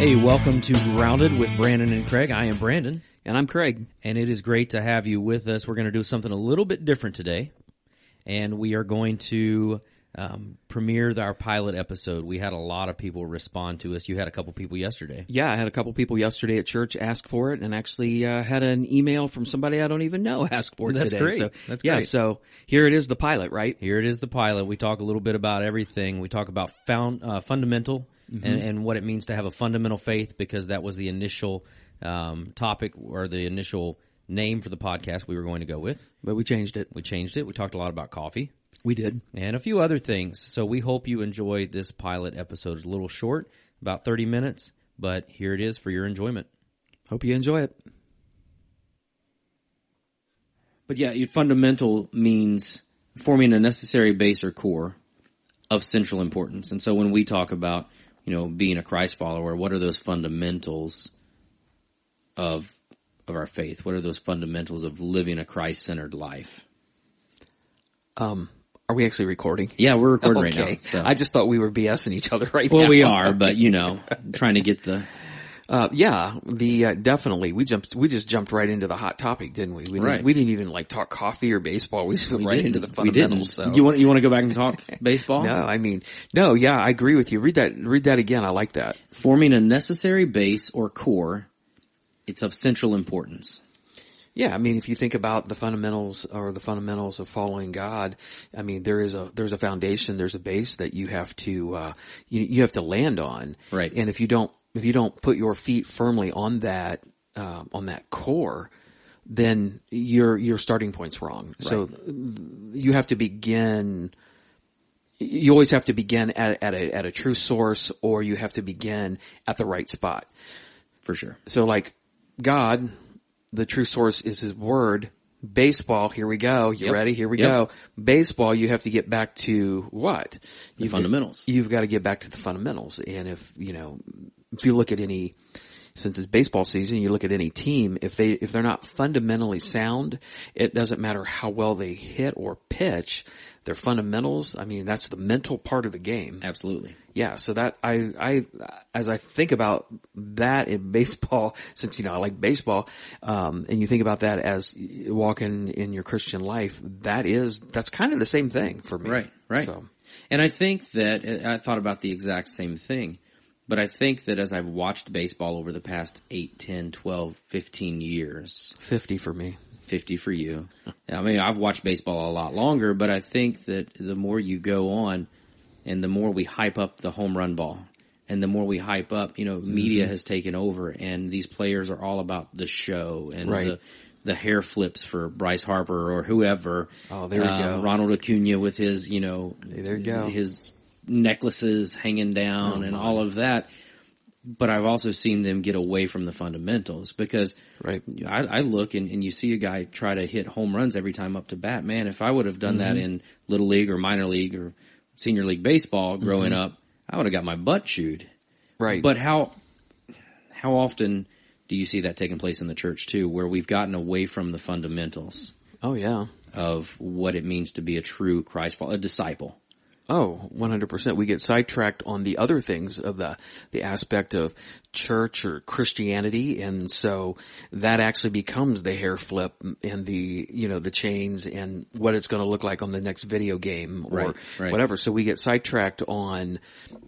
Hey, welcome to Grounded with Brandon and Craig. I am Brandon, And I'm Craig. and it is great to have you with us. We're going to do something a little bit different today, and we are going to um, premiere our pilot episode. We had a lot of people respond to us. You had a couple people yesterday. Yeah, I had a couple people yesterday at church ask for it and actually uh, had an email from somebody I don't even know ask for it That's today. great. So, That's yeah, great. so here it is, the pilot, right? Here it is, the pilot. We talk a little bit about everything. We talk about found uh, fundamental Mm-hmm. and, and what it means to have a fundamental faith, because that was the initial um, topic or the initial name for the podcast we were going to go with. But we changed it. We changed it. We talked a lot about coffee. We did. and a few other things. So we hope you enjoy this pilot episode. It's a little short, about 30 minutes, but here it is for your enjoyment. Hope you enjoy it. But yeah, your fundamental means Forming a necessary base or core of central importance. And so when we talk about, you know, being a Christ follower, what are those fundamentals of of our faith? What are those fundamentals of living a Christ-centered life? Are we actually recording? Yeah, we're recording okay. right now. So. I just thought we were BSing each other right well, now. we are, but you know, trying to get the um, Uh, yeah, the uh, definitely. We jumped. We just jumped right into the hot topic, didn't we? We didn't, Right. we didn't even like talk coffee or baseball. We jumped right into the we didn't. fundamentals. So. You want you want to go back and talk baseball? no, I mean, no, yeah, I agree with you. Read that. Read that again. I like that. forming a necessary base or core, it's of central importance. Yeah, I mean, if you think about the fundamentals or the fundamentals of following God, I mean, there is a there's a foundation, there's a base that you have to uh, you you have to land on, Right. And if you don't if you don't put your feet firmly on that um, on that core, then your your starting point's wrong. So th- you have to begin. You always have to begin at, at a at a true source, or you have to begin at the right spot For sure. so like God, the true source is his word. Baseball, here we go. You Yep. ready? Here we Yep. go. Baseball, you have to get back to what? The fundamentals. you've got to get back to the fundamentals. And if, you know, if you look at any, since it's baseball season, you look at any team, if they, if they're not fundamentally sound, it doesn't matter how well they hit or pitch, their fundamentals, I mean, that's the mental part of the game. Absolutely. Yeah, so that I I as I think about that in baseball, since you know I like baseball, um, and you think about that as walking in your Christian life, that is that's kind of the same thing for me. Right, right. So And I think that uh, I thought about the exact same thing, but I think that as I've watched baseball over the past 8, 10, 12, 15 years, fifty for me. 50 for you. I mean, I've watched baseball a lot longer, but I think that the more you go on and the more we hype up the home run ball and the more we hype up, you know, Mm-hmm. media has taken over and these players are all about the show and Right. the, the hair flips for Bryce Harper or whoever. Oh, there you Uh, go. Ronald Acuna with his, you know, there you go. Oh, his necklaces hanging down and all of that. But I've also seen them get away from the fundamentals because Right. I, I look and, and you see a guy try to hit home runs every time up to bat. Man, if I would have done that in little league or minor league or senior league baseball growing up, I would have got my butt chewed. Right. But how how often do you see that taking place in the church too, where we've gotten away from the fundamentals oh yeah. of what it means to be a true Christ follower, a disciple? Oh, 100%. We get sidetracked on the other things of the, the aspect of church or Christianity. And so that actually becomes the hair flip and the, you know, the chains and what it's going to look like on the next video game or Right, right. whatever. So we get sidetracked on,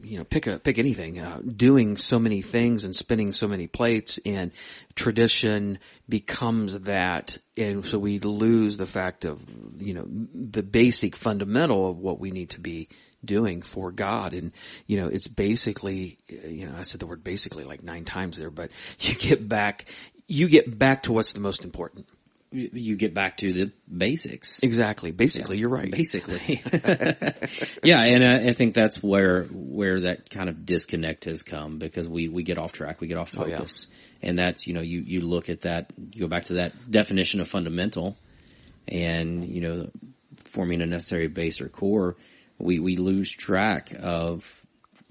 you know, pick a, pick anything, uh, doing so many things and spinning so many plates and tradition becomes that. And so we lose the fact of, you know, the basic fundamental of what we need to be doing for God. And, you know, it's basically, you know, I said the word basically like nine times there, but you get back, you get back to what's the most important. You you get back to the basics. Exactly. Basically, you're right. basically. yeah, and I, I think that's where where that kind of disconnect has come because we we get off track, we get off Oh, yeah. focus, and that's you know you you look at that, you go back to that definition of fundamental, and you know forming a necessary base or core, we we lose track of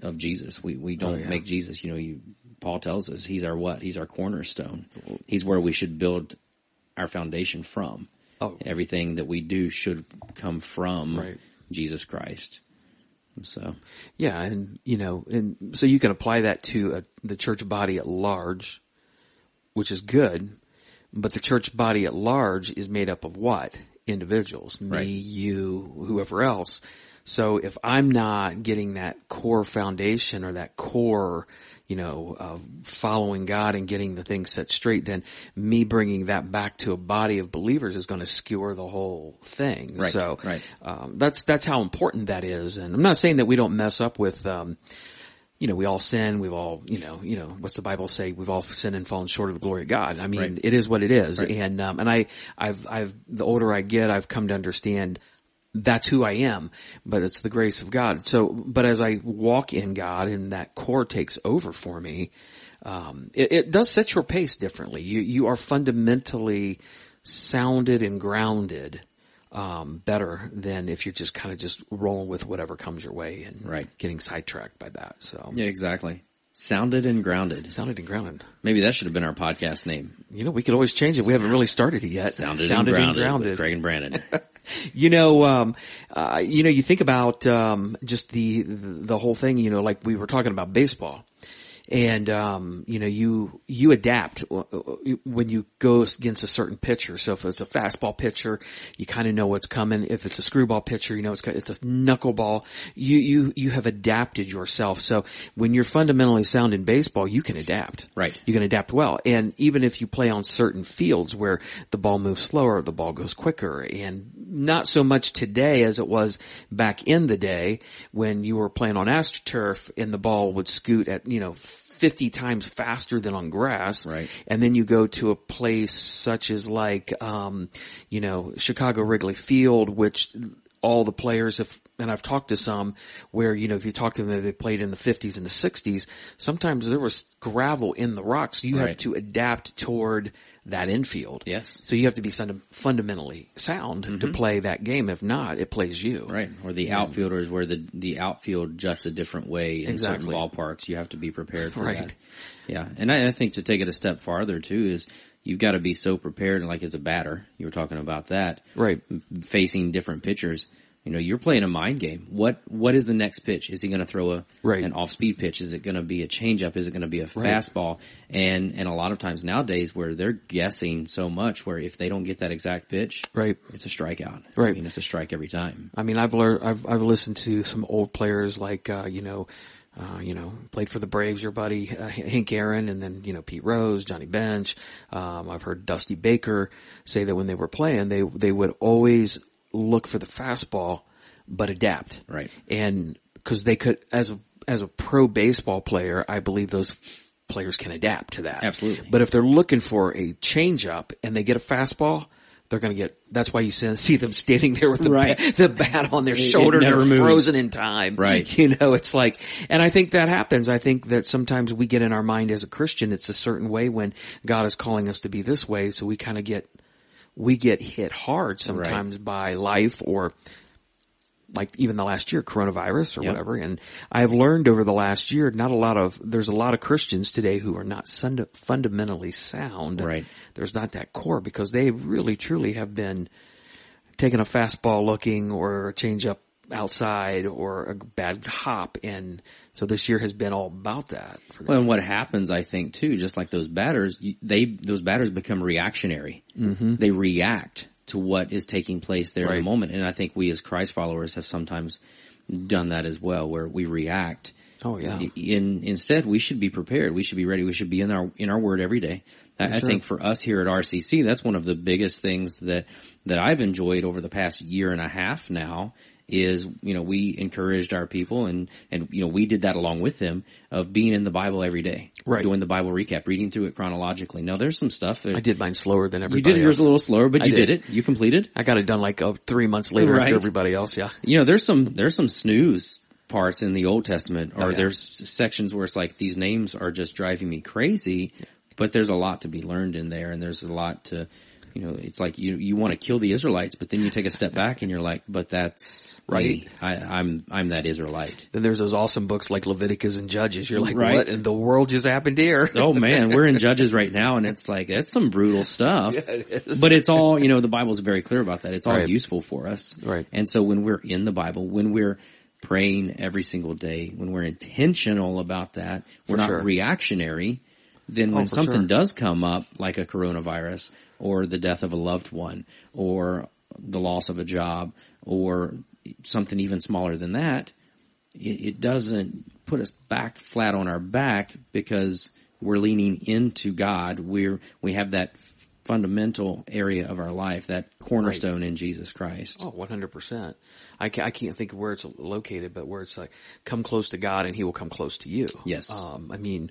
of Jesus. We we don't Oh, yeah. make Jesus. You know you. Paul tells us he's our what? He's our cornerstone. He's where we should build our foundation from Oh. everything that we do should come from Right. Jesus Christ. So Yeah, and you know, and so you can apply that to a, the church body at large, which is good. But the church body at large is made up of what? Individuals, me, Right. you, whoever else. So if I'm not getting that core foundation or that core, you know, of following God and getting the thing set straight, then me bringing that back to a body of believers is going to skewer the whole thing. Right, So, right. um, that's that's how important that is. And I'm not saying that we don't mess up with, um, you know, we all sin. We've all, you know, you know, what's the Bible say? We've all sinned and fallen short of the glory of God. I mean, Right. it is what it is. Right. And um, and I, I've, I've, the older I get, I've come to understand that's who I am. But it's the grace of God. So, but as I walk in God, and that core takes over for me, um, it, it does set your pace differently. You you are fundamentally sounded and grounded um, better than if you're just kind of just rolling with whatever comes your way and Right. getting sidetracked by that. So yeah, exactly. Sounded and grounded. sounded and grounded. Maybe that should have been our podcast name. You know, we could always change it. We haven't really started it yet. Sounded, and grounded, with Greg and Brandon. You know, um, uh, you know, you think about um, just the the whole thing. You know, like we were talking about baseball, and um, you know, you you adapt uh, when you go against a certain pitcher. So if it's a fastball pitcher, you kind of know what's coming. If it's a screwball pitcher, you know it's it's a knuckleball. You you you have adapted yourself. So when you're fundamentally sound in baseball, you can adapt. Right. You can adapt well. And even if you play on certain fields where the ball moves slower, the ball goes quicker and not so much today as it was back in the day when you were playing on AstroTurf and the ball would scoot at, you know, 50 times faster than on grass. Right. And then you go to a place such as like, um, you know, Chicago Wrigley Field, which all the players have, and I've talked to some where, you know, if you talk to them, they played in the 50s and the 60s. Sometimes there was gravel in the rocks. You have Right. to adapt toward that infield. Yes. Mm-hmm. So you have to be funda- fundamentally sound to play that game. If not, it plays you. right. Or the outfielders where the, the outfield juts a different way in Exactly. certain ballparks. You have to be prepared for Right. that. Yeah. And I, I think to take it a step farther too is you've got to be so prepared and like as a batter, you were talking about that. Right. facing different pitchers. You know, you're playing a mind game. What what is the next pitch? Is he going to throw a Right. an off speed pitch? Is it going to be a changeup? Is it going to be a fastball? And and a lot of times nowadays where they're guessing so much, where if they don't get that exact pitch, Right. it's a strikeout. Right. I mean, it's a strike every time. I mean, I've learned, I've, I've listened to some old players like, uh, you know, uh, you know, played for the Braves, your buddy uh, Hank Aaron, and then you know Pete Rose, Johnny Bench. Um, I've heard Dusty Baker say that when they were playing, they they would always look for the fastball, but adapt. Right. and because they could as a as a pro baseball player, I believe those players can adapt to that. Absolutely. But if they're looking for a changeup and they get a fastball, they're going to get. That's why you see see them standing there with the Right. bat, the bat on their shoulder. never They're moves. frozen in time. Right. You know, it's like, and I think that happens. I think that sometimes we get in our mind as a Christian, it's a certain way when God is calling us to be this way. So we kind of get, we get hit hard sometimes by life or like even the last year, coronavirus or Yep. whatever. And I've learned over the last year, not a lot of, there's a lot of Christians today who are not sund- fundamentally sound. Right. There's not that core because they really truly have been taking a fastball looking or a change up outside or a bad hop. And so this year has been all about that. For them. Well, and what happens, I think, too, just like those batters, you- they those batters become reactionary. Mm-hmm. They react to what is taking place there in Right. the moment, and I think we as Christ followers have sometimes done that as well, where we react. Oh, yeah. In instead, we should be prepared. We should be ready. We should be in our in our word every day. I, I think for us here at RCC, that's one of the biggest things that that I've enjoyed over the past year and a half now is you know we encouraged our people and and you know we did that along with them of being in the Bible every day, Right. Doing the Bible recap, reading through it chronologically. Now there's some stuff that I did mine slower than you everybody did yours else. a little slower, but I you did. did. it. You completed. I got it done like oh, three months later Right. after everybody else. Yeah. You know, there's some there's some snooze parts in the Old Testament, or Oh, yeah. there's sections where it's like these names are just driving me crazy. But there's a lot to be learned in there, and there's a lot to, you know, it's like you you want to kill the Israelites, but then you take a step back and you're like, but that's Right. me. I, I'm I'm that Israelite. Then there's those awesome books like Leviticus and Judges. You're like, Right. what in the world just happened here? oh man, we're in Judges right now, and it's like that's some brutal stuff. it is. But it's all you know. The Bible's very clear about that. It's all Right. useful for us, Right. And so when we're in the Bible, when we're praying every single day, when we're intentional about that, we're not sure. Oh, reactionary, then when for something sure. does come up, like a coronavirus or the death of a loved one or the loss of a job or something even smaller than that, it, it doesn't put us back flat on our back because we're leaning into God. We're we have that fundamental area of our life, that cornerstone in Jesus Christ. Oh, 100%. I can't, I can't think of where it's located, but where it's like, come close to God and he will come close to you. Yes. Um, I mean,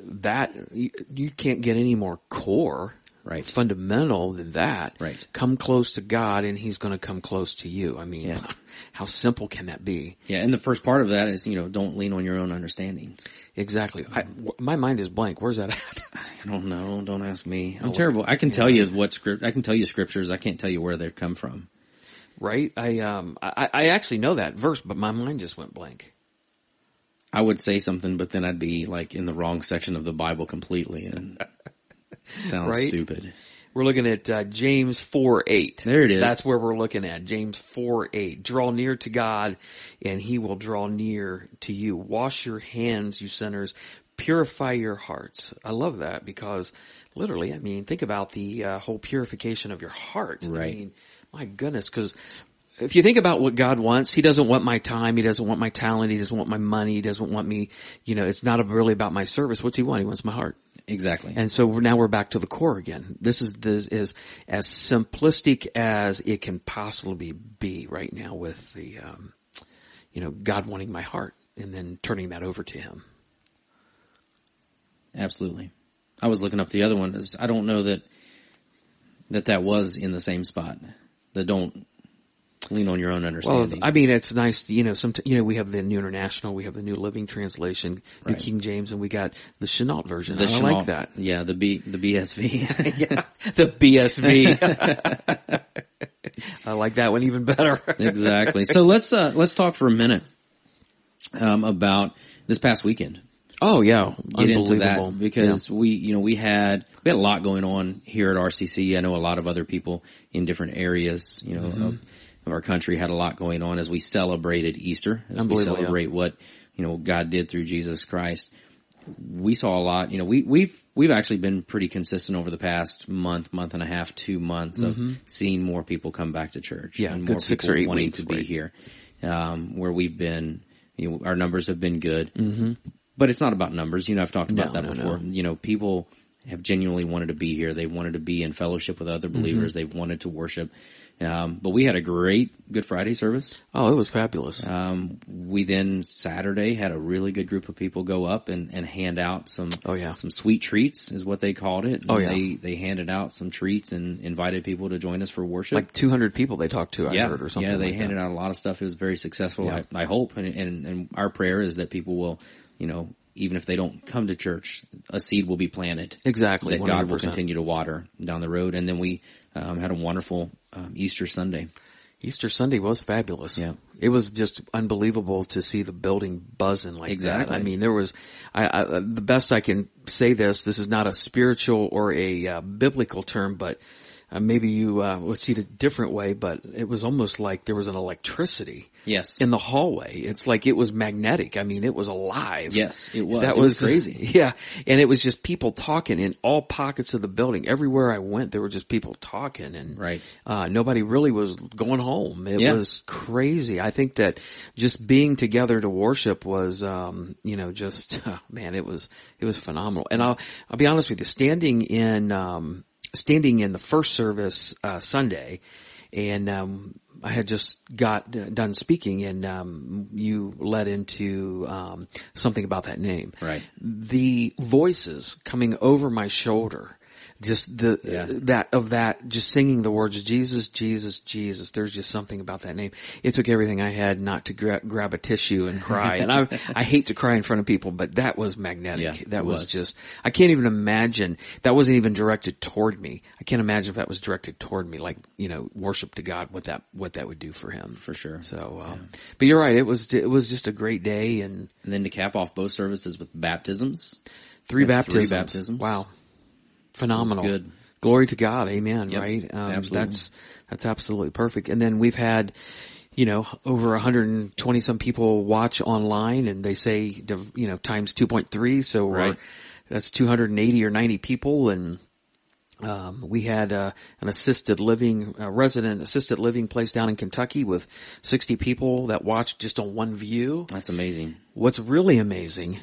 that, you, you can't get any more core, Right. fundamental than that. Right. Come close to God and he's going to come close to you. I mean, Yeah. how simple can that be? Yeah, and the first part of that is you know don't lean on your own understandings. Exactly. I, wh- my mind is blank. Where's that at? I don't know. Don't ask me. I'm terrible. I can tell you what script. I can tell you scriptures. I can't tell you where they've come from. right? I, um, I, I actually know that verse, but my mind just went blank. I would say something, but then I'd be like in the wrong section of the Bible completely, and sounds Right? stupid. We're looking at uh, James 4 8. There it is. That's where we're looking at. James 4 8. Draw near to God and he will draw near to you. Wash your hands, you sinners. Purify your hearts. I love that because literally, I mean, think about the uh, whole purification of your heart. Right. I mean, my goodness, because if you think about what God wants, He doesn't want my time, He doesn't want my talent, He doesn't want my money, He doesn't want me, you know, it's not really about my service. What's He want? He wants my heart. Exactly. And so we're, now we're back to the core again. This is this is as simplistic as it can possibly be right now with the, um, you know, God wanting my heart and then turning that over to Him. Absolutely. I was looking up the other one. It's- I don't know that that that was in the same spot. The don't lean on your own Well, understanding. I mean, it's nice, you know. Some, you know, we have the New International, we have the New Living Translation, Right. New King James, and we got the Chenault version. the I Chenault- like that. Yeah, the B, the BSV. yeah, the BSV. I like that one even better. exactly. So let's uh, let's talk for a minute um, about this past weekend. Oh yeah, Get unbelievable. into that because we you know we had we had a lot going on here at RCC. I know a lot of other people in different areas. You know. Mm-hmm. Of, of our country had a lot going on as we celebrated Easter, as we Unbelievable, yeah. celebrate what, you know, God did through Jesus Christ. we saw a lot. You know, we we've we've actually been pretty consistent over the past month, month and a half, two months of seeing more people come back to church. Mm-hmm. Yeah, and good more six people or eight wanting weeks, to be right. here. Um, where we've been, you know, our numbers have been good, mm-hmm. but it's not about numbers. You know, I've talked about No, that no, before. You know, people have genuinely wanted to be here. They've wanted to be in fellowship with Mm-hmm. other believers. They've wanted to worship. Um, but we had a great Good Friday service. Oh, it was fabulous. Um, we then Saturday had a really good group of people go up and, and hand out some Oh, yeah. some sweet treats is what they called it. Oh, yeah. they they handed out some treats and invited people to join us for worship. like 200 people they talked to, I yeah, heard, or something. yeah, they like handed that. out a lot of stuff. It was very successful. Yeah. I, I hope, and, and and our prayer is that people will, you know, even if they don't come to church, a seed will be planted exactly. that God will 100%. continue to water down the road. And then we um, had a wonderful um, Easter Sunday. Easter Sunday was fabulous. Yeah. it was just unbelievable to see the building buzzing like Exactly. that. I mean, there was. I, I the best I can say this. This is not a spiritual or a uh, biblical term, but. Uh, maybe you uh, would see it a different way, but it was almost like there was an electricity Yes. in the hallway. It's like it was magnetic. I mean, it was alive. Yes, it was. That It was was, crazy. Yeah. And it was just people talking in all pockets of the building. Everywhere I went, there were just people talking and Right. uh, nobody really was going home. It Yeah. was crazy. I think that just being together to worship was, um, you know, just, man, it was, it was phenomenal. And I'll, I'll be honest with you, standing in, um, standing in the first service, uh, Sunday and, um, I had just got uh, done speaking and, um, you led into, um, something about that name. Right. The voices coming over my shoulder, just the, Yeah. that of that just singing the words Jesus, Jesus, Jesus. There's just something about that name. It took everything I had not to gra- grab a tissue and cry. and I I hate to cry in front of people, but that was magnetic. Yeah, it that was, was. just I can't even imagine that wasn't even directed toward me. I can't imagine if that was directed toward me like, you know, worship to God what that what that would do for him. For sure. So, um, but you're right. It was it was just a great day and And then to cap off both services with baptisms. three Yeah, three baptisms. baptisms. Wow. Phenomenal. That's good. Glory to God. Amen. Yep, Right. Um, absolutely. that's, that's absolutely perfect. And then we've had, you know, over 120 some people watch online and they say, you know, times 2.3. So we're- Right. that's 280 or 90 people. And, um, we had, uh, an assisted living, a resident assisted living place down in Kentucky with 60 people that watched just on one view. That's amazing. What's really amazing.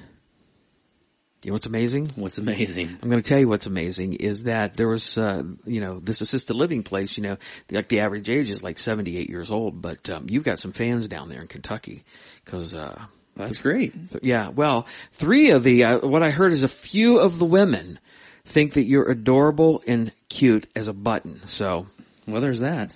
You know what's amazing? What's amazing? I'm going to tell you what's amazing is that there was, uh, you know, this assisted living place, you know, the, like the average age is like 78 years old, but, um, you've got some fans down there in Kentucky because, uh, That's great. th- yeah, well, three of the, uh, what I heard is a few of the women think that you're adorable and cute as a button. So Well, there's that.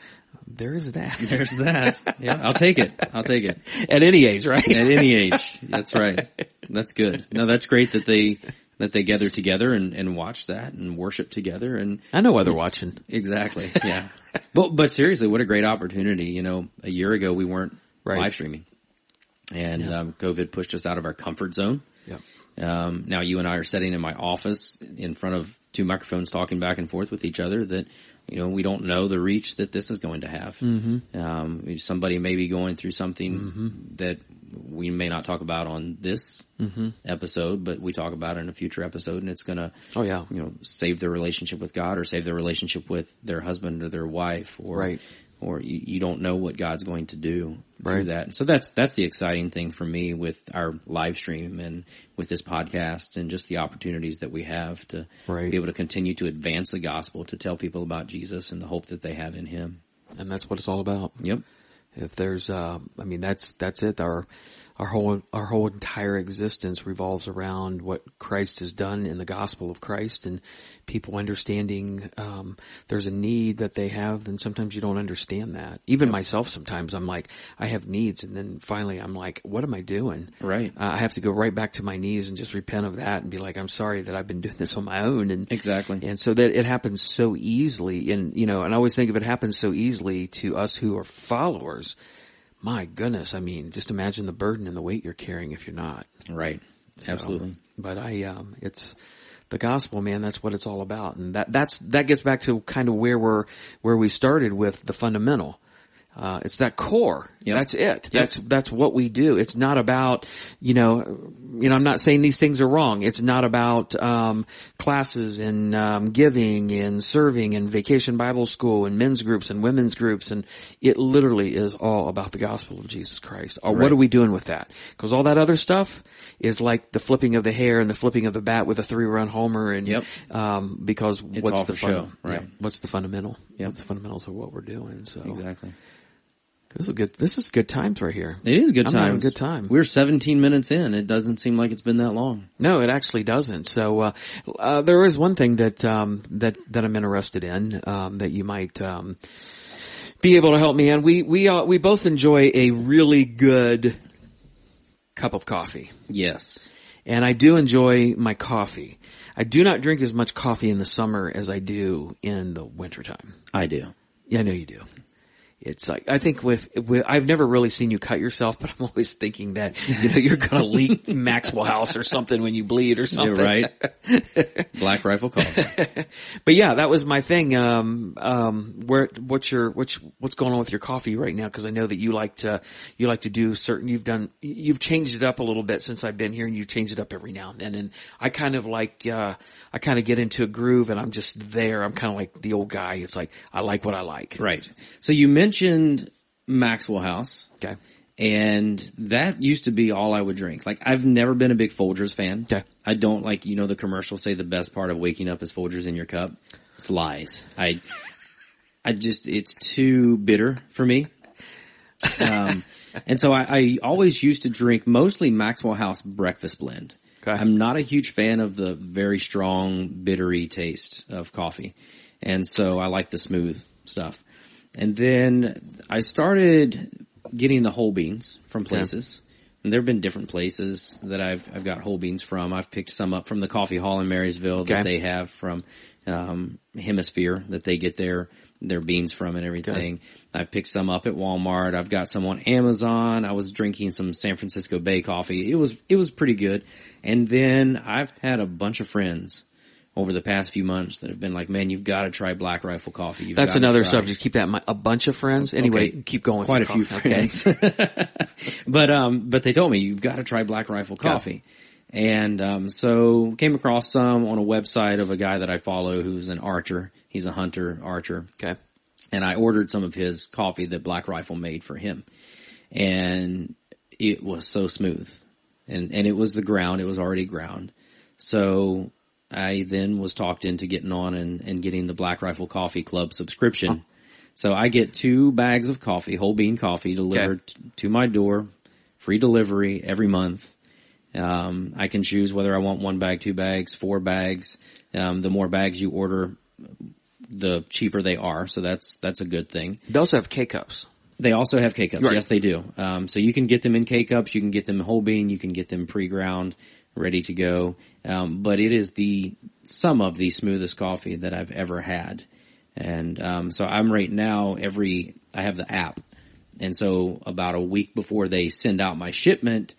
there is that. There's that. Yeah, I'll take it. I'll take it. At any age, right? At any age. That's right. That's good. No, that's great that they that they gather together and, and watch that and worship together and I know why they're watching. exactly. Yeah. but but seriously, what a great opportunity. You know, a year ago we weren't Right. live streaming. And um, COVID pushed us out of our comfort zone. Yeah. Um, now you and I are sitting in my office in front of two microphones talking back and forth with each other that, you know, we don't know the reach that this is going to have. Mm-hmm. Um, somebody may be going through something that we may not talk about on this episode, but we talk about it in a future episode and it's going to, Oh, yeah. you know, save their relationship with God or save their relationship with their husband or their wife or, Right. or you, you don't know what God's going to do through Right. that. So that's, that's the exciting thing for me with our live stream and with this podcast and just the opportunities that we have to Right. be able to continue to advance the gospel, to tell people about Jesus and the hope that they have in him. And that's what it's all about. Yep. if there's uh i mean that's that's it our our whole our whole entire existence revolves around what christ has done in the gospel of christ and people understanding um there's a need that they have and sometimes you don't understand that even myself sometimes i'm like i have needs and then finally i'm like what am i doing Right. uh, i have to go right back to my knees and just repent of that and be like i'm sorry that i've been doing this on my own and Exactly. and so that it happens so easily and, you know, and I always think if it happens so easily to us who are followers, my goodness, I mean, just imagine the burden and the weight you're carrying if you're not. Right. Absolutely. But I, um, it's the gospel, man, that's what it's all about. And that, that's, that gets back to kind of where we're, where we started with the fundamental. Uh, it's that core. Yep. That's it. That's, that's what we do. It's not about, you know, you know, I'm not saying these things are wrong. It's not about, um, classes and, um, giving and serving and vacation Bible school and men's groups and women's groups. And it literally is all about the gospel of Jesus Christ. Or what are we doing with that? Cause all that other stuff is like the flipping of the hair and the flipping of the bat with a three run homer. And, Yep. um, because what's all the for fun- show, right. yeah, what's the fundamental? What's the fundamentals of what we're doing? So Exactly. this is good. This is good times right here. It is good I'm time. having a good time. We're 17 minutes in. It doesn't seem like it's been that long. No, it actually doesn't. So uh, uh, there is one thing that um, that that I'm interested in um, that you might um, be able to help me in. We we uh, we both enjoy a really good cup of coffee, Yes. and I do enjoy my coffee. I do not drink as much coffee in the summer as I do in the wintertime. I do. Yeah, I know you do. It's like I think with, with I've never really seen you cut yourself, but I'm always thinking that you know you're going to leak Maxwell House or something when you bleed or You're something. right. Black Rifle Coffee. But yeah, that was my thing. Um, um, where what's your what's what's going on with your coffee right now? Because I know that you like to you like to do certain. You've done you've changed it up a little bit since I've been here, and you change it up every now and then. And I kind of like uh, I kind of get into a groove, and I'm just there. I'm kind of like the old guy. It's like I like what I like. Right. So you mentioned Maxwell House, Okay. and that used to be all I would drink. Like I've never been a big Folgers fan. Okay. I don't like you know the commercials say the best part of waking up is Folgers in your cup. It's lies. I I just it's too bitter for me. Um, and so I, I always used to drink mostly Maxwell House breakfast blend. Okay. I'm not a huge fan of the very strong bittery taste of coffee, and so I like the smooth stuff. And then I started getting the whole beans from places. And there have been different places that I've I've got whole beans from. I've picked some up from the coffee hall in Marysville that Okay. they have from um, Hemisphere that they get their their beans from and everything. I've picked some up at Walmart. I've got some on Amazon. I was drinking some San Francisco Bay coffee. It was it was pretty good. And then I've had a bunch of friends over the past few months that have been like, man, you've got to try Black Rifle Coffee. You've That's gotta another try. subject. Keep that in mind. A bunch of friends. Anyway, Okay. keep going. with Quite a your few coffee. friends. but um, but they told me you've got to try Black Rifle Yeah. Coffee, and um, so came across some on a website of a guy that I follow who's an archer. He's a hunter archer, Okay. Okay. and I ordered some of his coffee that Black Rifle made for him, and it was so smooth, and and it was the ground. It was already ground, so I then was talked into getting on and and getting the Black Rifle Coffee Club subscription. So I get two bags of coffee, whole bean coffee, delivered t- to my door, free delivery every month. Um, I can choose whether I want one bag, two bags, four bags. Um, the more bags you order, the cheaper they are. So that's, that's a good thing. They also have K cups. They also have K cups. Right. Yes, they do. Um, so you can get them in K cups. You can get them whole bean. You can get them pre-ground, ready to go. Um, but it is the some of the smoothest coffee that I've ever had. And um, so I'm right now every I have the app, and so about a week before they send out my shipment,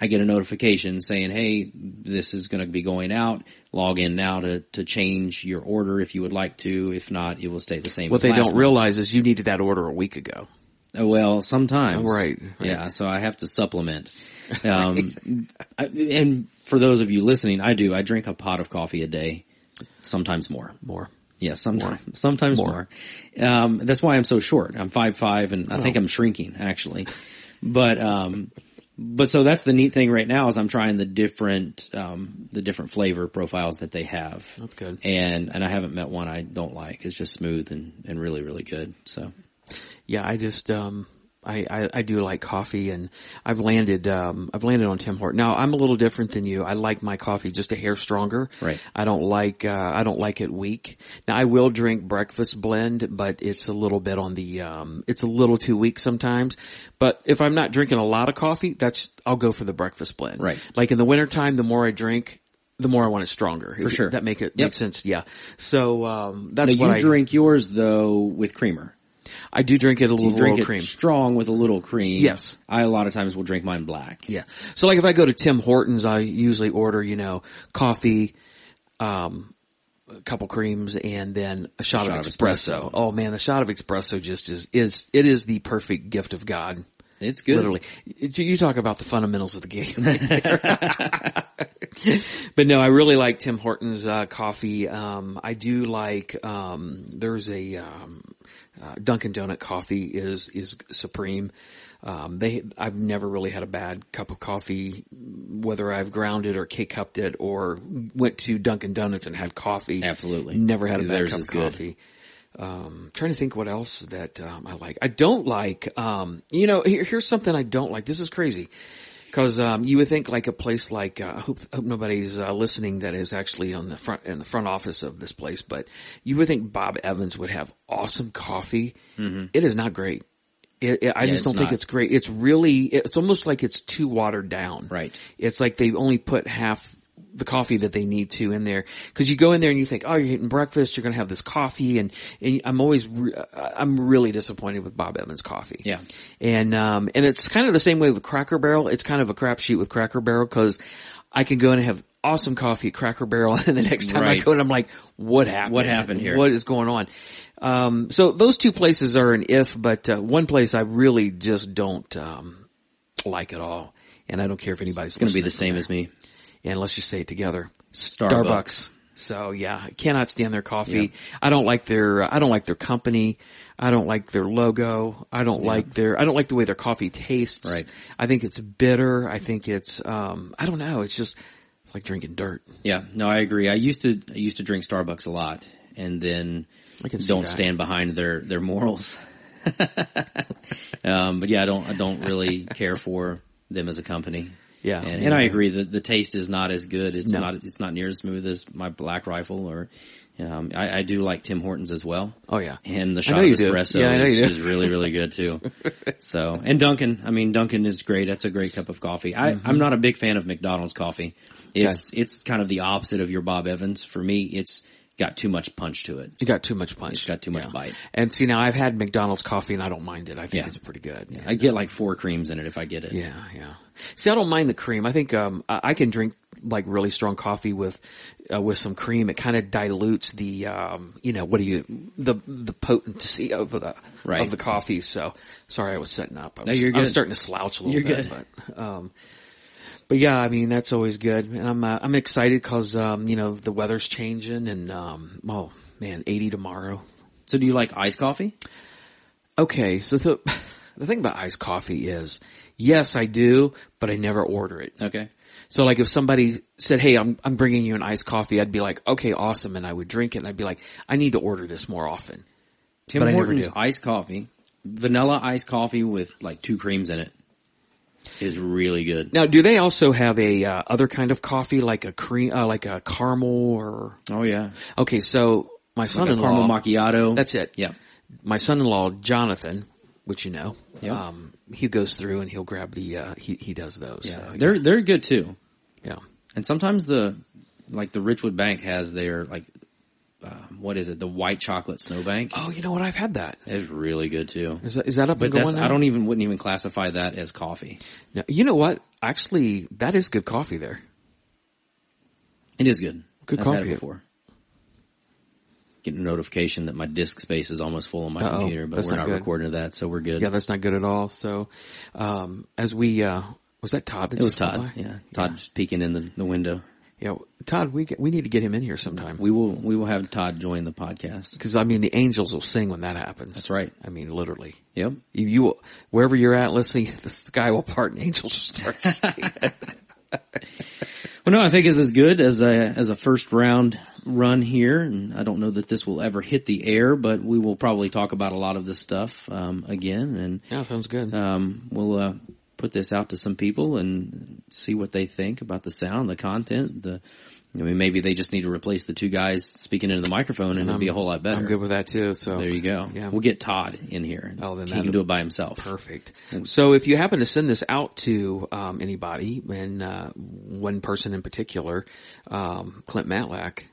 I get a notification saying, "Hey, this is going to be going out. Log in now to to change your order if you would like to. If not, it will stay the same." What as they last don't month." realize is you needed that order a week ago. Uh, Well, sometimes, Right, right. Yeah, so I have to supplement. Um, I, and for those of you listening, I do. I drink a pot of coffee a day, sometimes more. More. Yeah, sometimes, sometimes More. more. Um, that's why I'm so short. I'm five five, and I think I'm shrinking actually. But um, but so that's the neat thing right now is I'm trying the different um, the different flavor profiles that they have. That's good. And and I haven't met one I don't like. It's just smooth and and really really good. So Yeah, I just um I, I, I do like coffee and I've landed um I've landed on Tim Horton. Now I'm a little different than you. I like my coffee just a hair stronger. Right. I don't like uh I don't like it weak. Now I will drink breakfast blend, but it's a little bit on the um it's a little too weak sometimes. But if I'm not drinking a lot of coffee, that's I'll go for the breakfast blend. Right. Like in the wintertime, the more I drink the more I want it stronger. For sure. That make it Yep. make sense. Yeah. So um that's Now what you I drink yours though with creamer. I do drink it a You little, drink little it cream. strong with a little cream. Yes. I a lot of times will drink mine black. Yeah. So like if I go to Tim Hortons, I usually order, you know, coffee, um, a couple creams and then a shot, shot of, of espresso. espresso. Oh man, the shot of espresso just is, is, it is the perfect gift of God. It's good. Literally. You you talk about the fundamentals of the game. right there. but no, I really like Tim Hortons, uh, coffee. Um, I do like, um, there's a, um, uh, Dunkin' Donut coffee is, is supreme. Um, they, I've never really had a bad cup of coffee, whether I've ground it or K-cupped it or went to Dunkin' Donuts and had coffee. Absolutely. Never had a bad Theirs cup is of good. coffee. Um, trying to think what else that um, I like. I don't like. Um, you know, here, here's something I don't like. This is crazy because um, you would think like a place like uh, I hope, hope nobody's uh, listening that is actually on the front in the front office of this place, but you would think Bob Evans would have awesome coffee. It is not great. It, it- I just Mm-hmm. it's don't think not. it's great. It's really, it's almost like it's too watered down. Right. It's like they only put half the coffee that they need to in there. Cause you go in there and you think, oh, you're eating breakfast. You're going to have this coffee. And, and I'm always, re- I'm really disappointed with Bob Evans coffee. Yeah. And, um, and it's kind of the same way with Cracker Barrel. It's kind of a crapshoot with Cracker Barrel cause I can go in and have awesome coffee at Cracker Barrel. And the next time I Right. go in, I'm like, what happened? What happened here? What is going on? Um, so those two places are an if, but uh, one place I really just don't, um, like at all. And I don't care if anybody's It's going to be listening the same as me. and let's just say it together. Starbucks. Starbucks. So yeah, I cannot stand their coffee. I don't like their, uh, I don't like their company. I don't like their logo. I don't like their, I don't like the way their coffee tastes. Right. I think it's bitter. I think it's, um, I don't know. It's just, it's like drinking dirt. Yeah. No, I agree. I used to, I used to drink Starbucks a lot and then I can see don't that. stand behind their, their morals. um, but yeah, I don't, I don't really care for them as a company. Yeah. And, and I agree that the taste is not as good. It's No. not, it's not near as smooth as my black rifle or, um, I, I do like Tim Hortons as well. Oh yeah. and the I know shot of you do. espresso Yeah, I know is, you do. is really really good too. So and Dunkin', I mean Dunkin' is great. That's a great cup of coffee. I, Mm-hmm. I'm not a big fan of McDonald's coffee. It's it's kind of the opposite of your Bob Evans. For me, it's got too much punch to it. You got too much punch. It's got too much bite. And see now I've had McDonald's coffee and I don't mind it. I think Yeah. it's pretty good. Yeah. I get like four creams in it if I get it. Yeah, yeah. See, I don't mind the cream. I think um, I, I can drink like really strong coffee with uh, with some cream, it kind of dilutes the um, you know what do you the the potency of the Right. of the coffee. So sorry, I was setting up. I was, No, you're I was good. starting to slouch a little You're bit, good. but. Um, but yeah, I mean that's always good, and I'm uh, I'm excited because um, you know the weather's changing, and um, oh man, 80 tomorrow. So do you like iced coffee? Okay, so the the thing about iced coffee is, yes, I do, but I never order it. Okay. So like if somebody said, "Hey, I'm I'm bringing you an iced coffee," I'd be like, "Okay, awesome," and I would drink it, and I'd be like, "I need to order this more often." Tim But I never Hortons do. iced coffee, vanilla iced coffee with like two creams in it is really good. Now, do they also have a uh, other kind of coffee, like a cream, uh, like a caramel, or Oh yeah. okay? So my Like a son-in-law, caramel macchiato. that's it. Yeah. my son-in-law Jonathan, which you know, Yeah. um, he goes through and he'll grab the uh, he he does those. Yeah. so, they're they're good too. yeah. And sometimes the like the Richwood Bank has their like uh, what is it? The white chocolate snowbank Oh, you know what? I've had that. is really good too. Is that, is that up But and that's going? I don't even wouldn't even classify that as coffee. Even, you know what? Actually, that is good coffee there. It is good. Good I've Had coffee. it before. Getting a notification that my disk space is almost full on my Uh-oh, computer, but that's we're not not good. recording that, so we're good. Yeah, that's not good at all. So, um, as we uh, was that Todd? it was Todd. Yeah, Todd just peeking in the, the window. Yeah, Todd. We get, we need to get him in here sometime We will we will have Todd join the podcast. because I mean the angels will sing when that happens. That's right. I mean, literally. Yep. You, you will, wherever you're at listening, the sky will part and angels will start singing. Well, no, I think it's as good as a as a first round run here, and I don't know that this will ever hit the air, but we will probably talk about a lot of this stuff um, again, and yeah, sounds good. um, we'll uh, put this out to some people and see what they think about the sound, the content. The I mean, maybe they just need to replace the two guys speaking into the microphone, and, it'll be a whole lot better. I'm good with that too. So There you go. Yeah. We'll get Todd in here. Oh, then he that'll- can do it by himself. Perfect. So if you happen to send this out to um, anybody, and uh, one person in particular, um, Clint Matlack,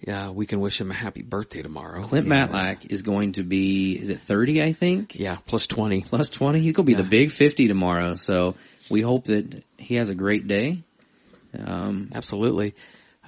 yeah, we can wish him a happy birthday tomorrow. Clint Yeah. Matlack is going to be, is it 30, I think? yeah, plus twenty. Plus 20. He's going to be the big 50 tomorrow. So we hope that he has a great day. Absolutely.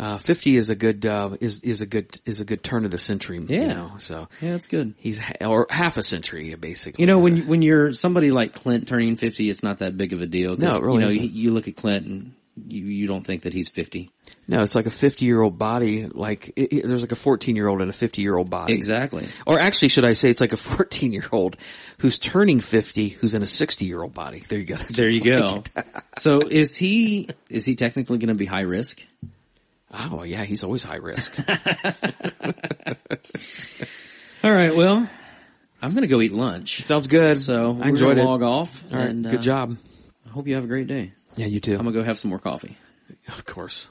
Uh, fifty is a good uh, is is a good is a good turn of the century. you Yeah. know, so Yeah, that's good. he's ha- or half a century basically. You know, when, when you're somebody like Clint turning 50, it's not that big of a deal. 'cause, No, it really You know, isn't. you, you look at Clint and you, you don't think that he's 50. no, it's like a fifty year old body. Like it, it- there's like a fourteen year old and a fifty year old body. Exactly. Or actually, should I say it's like a 14 year old who's turning 50, who's in a 60 year old body. There you go. There you go. so is he, is he technically going to be high risk? Oh yeah, he's always high risk. All right. Well, I'm going to go eat lunch. Sounds good. So I we're enjoyed gonna it. log off. All right. and, good uh, job. I hope you have a great day. Yeah, you too. I'm gonna go have some more coffee. of course.